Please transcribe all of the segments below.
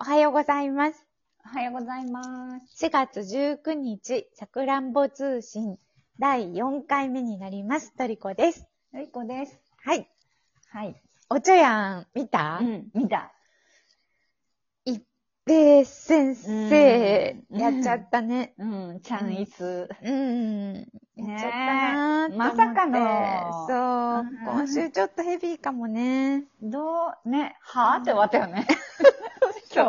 おはようございます。おはようございます。 4月19日、さくらんぼ通信第4回目になります。トリコです。のりこです。はい。はい。おちょやん、見た、ん、見た。で、先生、やっちゃったね。うん、チャンイス。うん。やっちゃったなーって思ってねえまさかのそう。うん今週ちょっとヘビーかもね。どう、ね、はぁって終わったよね。 そう。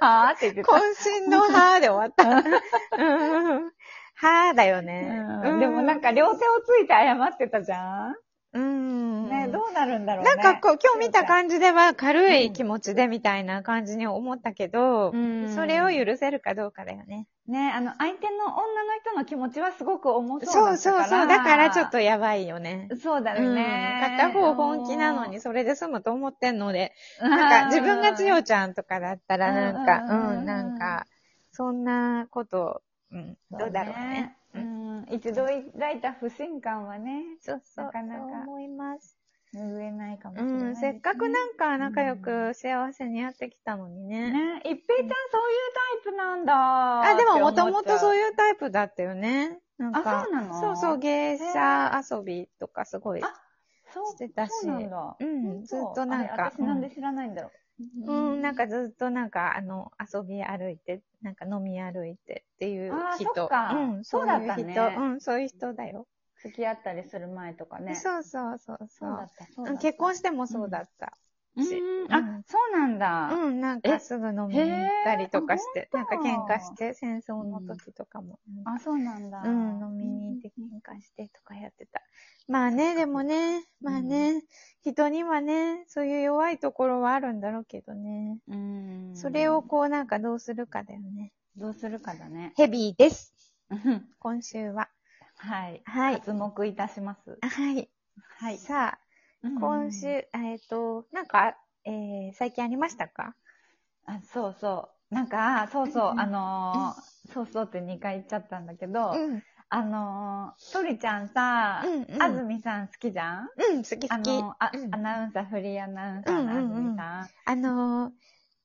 はぁって言ってた。渾身のはーで終わ った。うん。はーだよね。うんでもなんか両手をついて謝ってたじゃん、うん。ね、どうなるんだろうなね。んかこう、今日見た感じでは軽い気持ちでみたいな感じに思ったけど、うんそれを許せるかどうかだよね。ね、あの、相手の女の人の気持ちはすごく重そうそうだったかそうら。そう。だからちょっとやばいよね。そうだよね、うん片方本気なのに、それで済むと思ってんので、うん、なんか自分がい。強ちゃんとかだったらなんか、うんうん、なんか、そんなこと、うん、どうだろうね。そうん、一度抱いた不信感はね、そうそう。なかなかそう思います。拭えないかもしうれない、ん、せっかくなんか仲良く幸せにやってきたのにね。ね、一平ちゃんそういうタイプなんだ。あ、でももともとそうう。いうタイプだったよね。なんかあ、そうなのそうそう、芸者遊びとかすごい。あそうしてたしそうなんだ。うん、ずっとなんあれか、私なんで知らないんだろう。うん、うんなんかずっとなんか、あの、遊び歩いて、なんか飲み歩いてっていうあー人。そっかうん、そうだったそうねいう人、うん、そういう人だよ。付き合ったりする前とかね。うそうそうそうそだうった、そううだん。った。結婚してもそうだった。うんしうんあ、そうなんだ。うん、なんかえすぐ飲みに行ったりとかして、へーなんか喧嘩して、戦争の時とかも。なんかあ、そうなんだ。うん、飲みに行って喧嘩してとかやってた。まあね、でもね、まあね、人にはね、そういう弱いところはあるんだろうけどね。うん。それをこうなんかどうするかだよね。どうするかだね。ヘビーです。うん今週は。はい。はい。注目いたします。はい。はい。さあ、今週、うん。えっ、と、なんか、えー、最近ありましたかあ、そうそう。なんか、そうそうう、んあのー、そうそうって2回言っちゃったんだけど、うん。あのー、とりちゃんさ、うんうん安住さん好きじゃんうん、好きあ好き。のあ、うんアナウンサー、フリーアナウンサーのう安んうんうん住さん。あのー、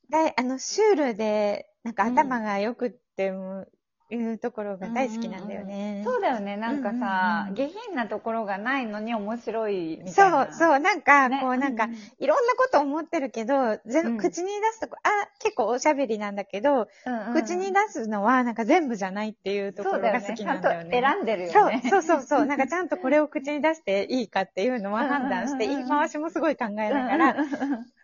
だい、あの、シュールで、なんか頭が良くっても、いうところが大好きなんだよね。そうだよね、なんかうさ、んうんうん下品なところがないのに面白いみたいそうな。、そう、なんか、ねこう、なんか、ういろんなこと思ってるけど、全うん口に出すとこ、あ、結構おしゃべりなんだけど、うんうん口に出すのは、なんか全部じゃないっていうとこそうろがだよ好ね、きちなゃんんとだよね。選んでるよそうね。そうそうそう。なんかちゃんとこれを口に出していいかっていうのはうんうんうん判断して、言い回しもすごい考えながら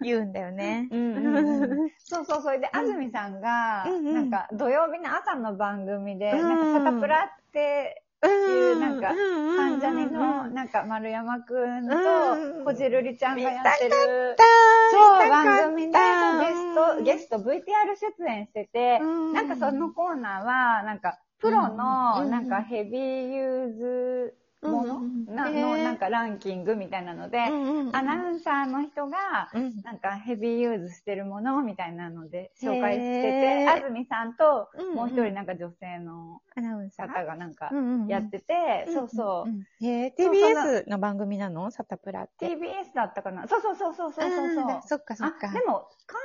言うんだよね。うんうんうんそうそう、それで安住さんが、うんうんなんか土曜日の朝の番組で、うんなんかサタプラって、うなんかうん関ジャニの、なんか丸山くんと、こじるりちゃんがやってる、そう、番組で、そうゲスト、ゲスト VTR 出演してて、うんなんかそのコーナーは、なんか、プロうの、んなんかヘビーユーズもの、うんなへーの、なんかランキングみたいなので、アナウンサーの人が、うんなんかヘビーユーズしてるものみたいなので紹介してへて、ー安住さんとうんうんもう一人なんか女性のアナウンサー方がなんかうんうんやってて、うんそうそう。んん。へえ、そうそ TBS の番組なのサタプラって。 TBS だったかなそうそうそうそうそうそうそう。あーそっかそっかあ、。でも、関、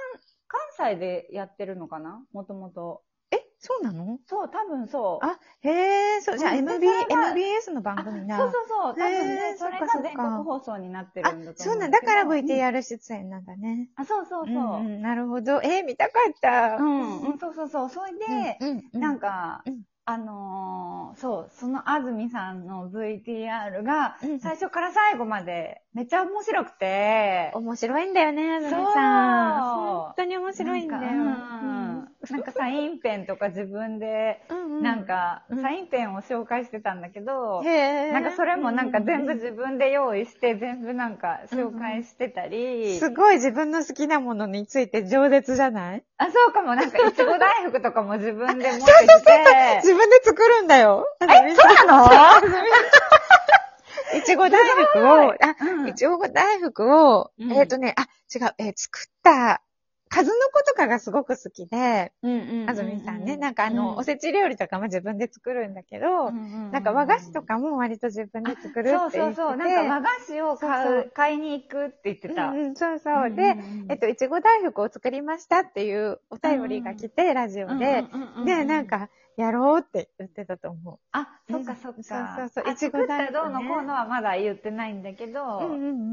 関西でやってるのかなもともと。え、そうなのそう、多分そう。あ、へえ、そう、じゃあうん MB、それが MBS の番あ組な。そうそうそう。多分へねー、それそっかそっがか全国放送になってあるんだ、と思そううんなだんけだど。からうん VTR 出演なんだね。あ、そうそうそう。んんなるほど。えー見たかった。うん、うん、そうそうそう。それで、うんうなんか、うんあのーそう、その安住さんの VTR がうん、最初から最後までめっちゃ面白くて、面白いんだよね、安住そうさん。本当に面白いんだよ。なんかうん なんかサインペンとか自分で、うんうなん、か、うんサインペンを紹介してたんだけど、へえ。なんかそれもなんか全部自分で用意して、全部なんか紹介してたり、すごい自分の好きなものについて饒舌じゃないあ、そうかも、なんかいちご大福とかも自分で持っ てきて、自分で作るんだよ。え、そうなの いちご大福を、うんあ、いちご大福を、うんえっ、とね、あ、違う、えー作った数の子とかがすごく好きで、うんうんうん。あずみさんね、なんかあの、うんおせち料理とかも自分で作るんだけど、なんか和菓子とかも割と自分で作るそうって言っててそうそう。なんか和菓子を買う、そうそ買いに行くって言ってた。うんうん、そうそう。で、えっと、いちご大福を作りましたっていうお便りが来て、ラジオで、とで、なん、か、やろうって言ってたと思あ、そっかそっか。そうそうそうあいちご作っ大福たねどうのこうのはまだ言ってないんだけう。ど、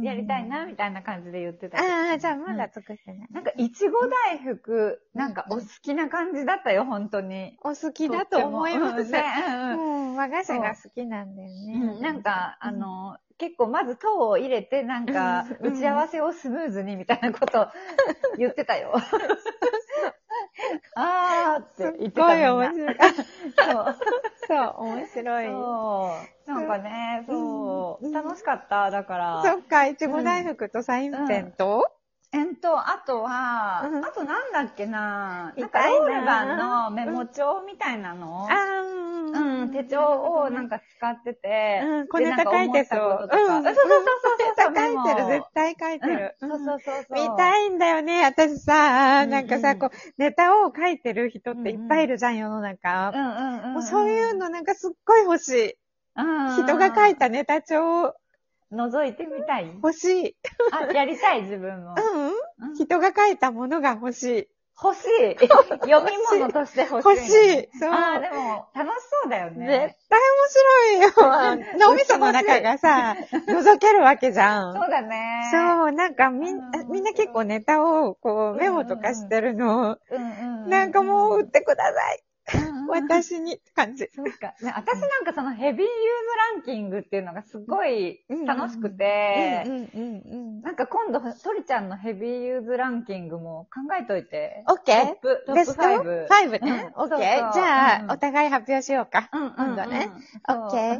やりたい。な、みたいな感じで言ってた。ああ、じゃあまだ作ってない。なんか、いちご大福、なんかお好きな感じだったよ、本当に。お好きだと思います。とってもうんねうんうんうん、和菓子が好きなんだようね。んなんか、あ、の、結構まず糖を入れて、なんか、う打んち合わせをスムーズにみたいなこと言ってたよ。 あーって言ってすごたいよ。面みん白い。なそう。そう、面白い。そう。なんかね、そうう。ん楽しかった。だからそ。っか、いちご大福とサインペンと、えっと、あとはうん、あとなんだっけな。なん痛か、いなオールガンのメモ帳みたいなのああ、うんううん、手帳をなんか使ってて。うん、こでれ高いてそう。なんか思っうたこととかん、そうそう そうそうそう。メモ書いてる、絶対書いてる。うんそうそうそうそう。見たいんだよね。私さ、うんなんかさ、こう、ネタを書いてる人っていっぱいいるじゃん、世の中う。んうんうんん。もうそういうのなんかすっごい欲しい。うん、人が書いたネタ帳覗いてみたい。欲しい。あ、やりたい、自分も。ううんん人が書いたものが欲しい。欲しい。読み物として欲しい。欲しい。そう。あーでも、楽しそうだよ絶対ね。面白いよ。脳みその中がさ、覗けるわけじゃそん。うだね。そう、なんかみんうん、みんな結構ネタをこうんうメモとかしてるの。う。うんうん。なんかもう売ってください。うんうん、私にって感じ。そうか。ね、私なんかそのヘビーユーズランキングっていうのがすごい楽しくうて、んうんうんうん。なんか今度、トリちゃんのヘビーユーズランキングも考えといて。オッケトーップ、トベッスプト5。 5ね。うんオそッうケそうー。じゃうあん、お互い発表しようか。うん今度ね。うんオッケー。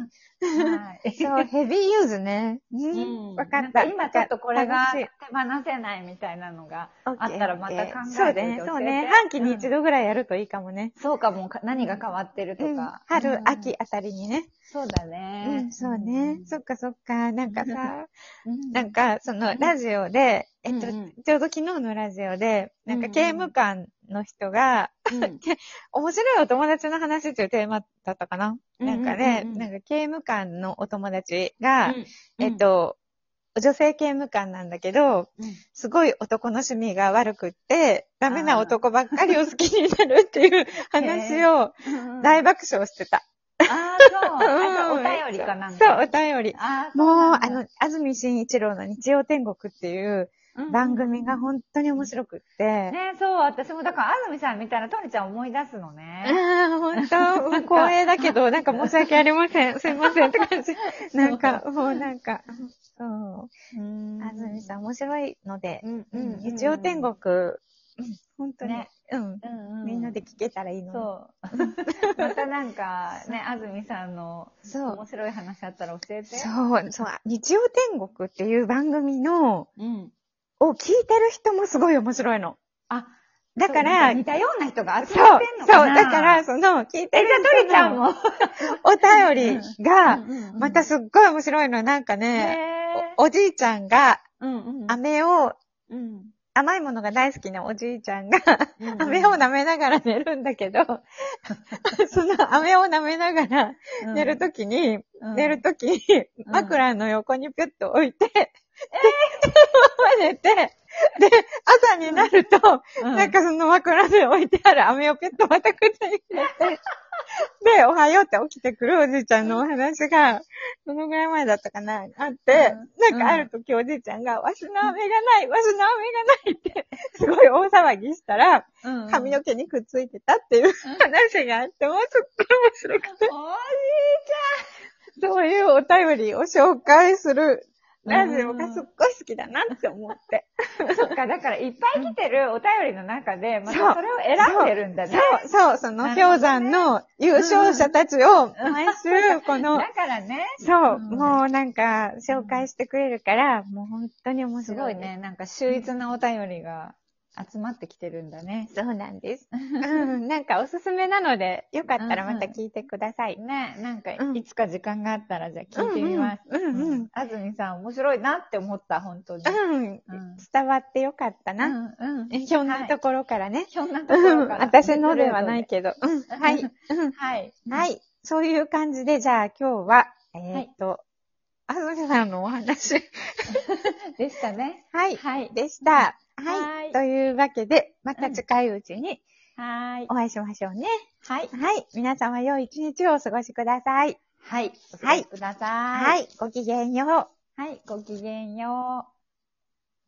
そうはい。そう、ヘビーユーズね。う。うんわかっなた。ん今ちょっとこれが楽し手い放せないみたいなのが。オッケーあったらまた考えてみてそうだね、そう教えね。て半期に一度ぐらいやるといいかもね。そうかも、か何が変わってるとうんか。春う、ん秋。あたりにね。そうだうね。ん、そうね。そっかそっか。なんかさ、うん。なんか、その、ラジオで、えっと、うんうんちょうど昨日のラジオで、なんかうんうん刑務官の人が、うん、面白いお友達の話っていうテーマだったかな、うんうんうんうんなんかね、なんか刑務官のお友達が、うんえっ、と、女性刑務官なんだけど、うんすごい男の趣味が悪くって、ダメな男ばっかりを好きになるっていう話をうんうんあ大爆笑してた。あ、そう。なんかお便りかなんか。そう、お便り。あーもう、あ、の、安住紳一郎の日曜天国っていうそうなんだ番組が本当に面白くって。ね、そう、私もだから、安住さん見たら、とりちゃん思い出すのね。ああ、本当、うん光栄だけど、なんか申し訳ありま せん。すいませんって感じ。なんか、もうなんか、そう。安住さん面白いので、うんうん、日曜天国、うん、本当に、ねうん、うんうんみんなで聞けたらいいのに。 そう。またなんか、ね、安住さんのそ面う。白い話あったら教えて。そう、そう、日曜天国っていう番組の、うん。を聞いてる人もすごい面白いの。あ、だから、そう似たような人が集そう、まそっうてん、のだかなから、、その、聞いてえ、るじゃあ、とりちゃん人のも。お便りが、うんまた、すっごい面白いの。なんかうんね、ねおおじいちゃんが、うんうん飴を、うん甘いものが大好きなおじいちゃんが、うん飴を舐めながら寝るんだけ ど、その飴を舐めながらうん寝るときに、うん寝るときに、ん枕の横にぴゅっと置いて、で、そのまま寝て、で、朝になると、うんなんかその枕で置いてある飴をぴゅっとまた口に入れ て、で、おはようって起きてくるおじいちゃんのお話が、どのぐらい前だったかな、あって、うなんんかある時おじいちゃんが、わしの飴がない、わしの飴がないって、すごい大騒ぎしたら、うん髪の毛にくっついてたっていう話があって、もうすっごい面白くて、おそういうお便りを紹介するラジオうがんすっごい好きだなって思って。 そっか、だからいっぱい来てるお便りの中で、まそうたそれを選んでるんだね。そう、そう、そのなるほどね氷山の優勝者たちを毎週、この、だからね、そう、うんもうなんか紹介してくれるから、もう本当に面す白ごい。いね、なんか秀逸なお便りが集まってきてるんだね。そうなん です。うん、なんかおすすめなので、よかったらまた聞いてください。ね、なんかう、んいつか時間があったら、じゃあ聞いてみます。うんうんうんうん安住さん、面白いなって思った、本当に。うん。うん伝わってよかったうな。ん、うん。ひょんなところからね。ひょんなとこうんろから。私のではないけけど。うんはい。うんど。はい。はい。そういう感じで、じゃあ今日は、えっと、あずみさんのお 話。でしたね。はい。はい。でした。ははいい。というわけで、また近いうちにはい。お会いしましょうね。はい。はい。皆様良い一日をお過ごしください。はい。お過ごしください。はい。ごきげんよう。はい。ごきげんよう。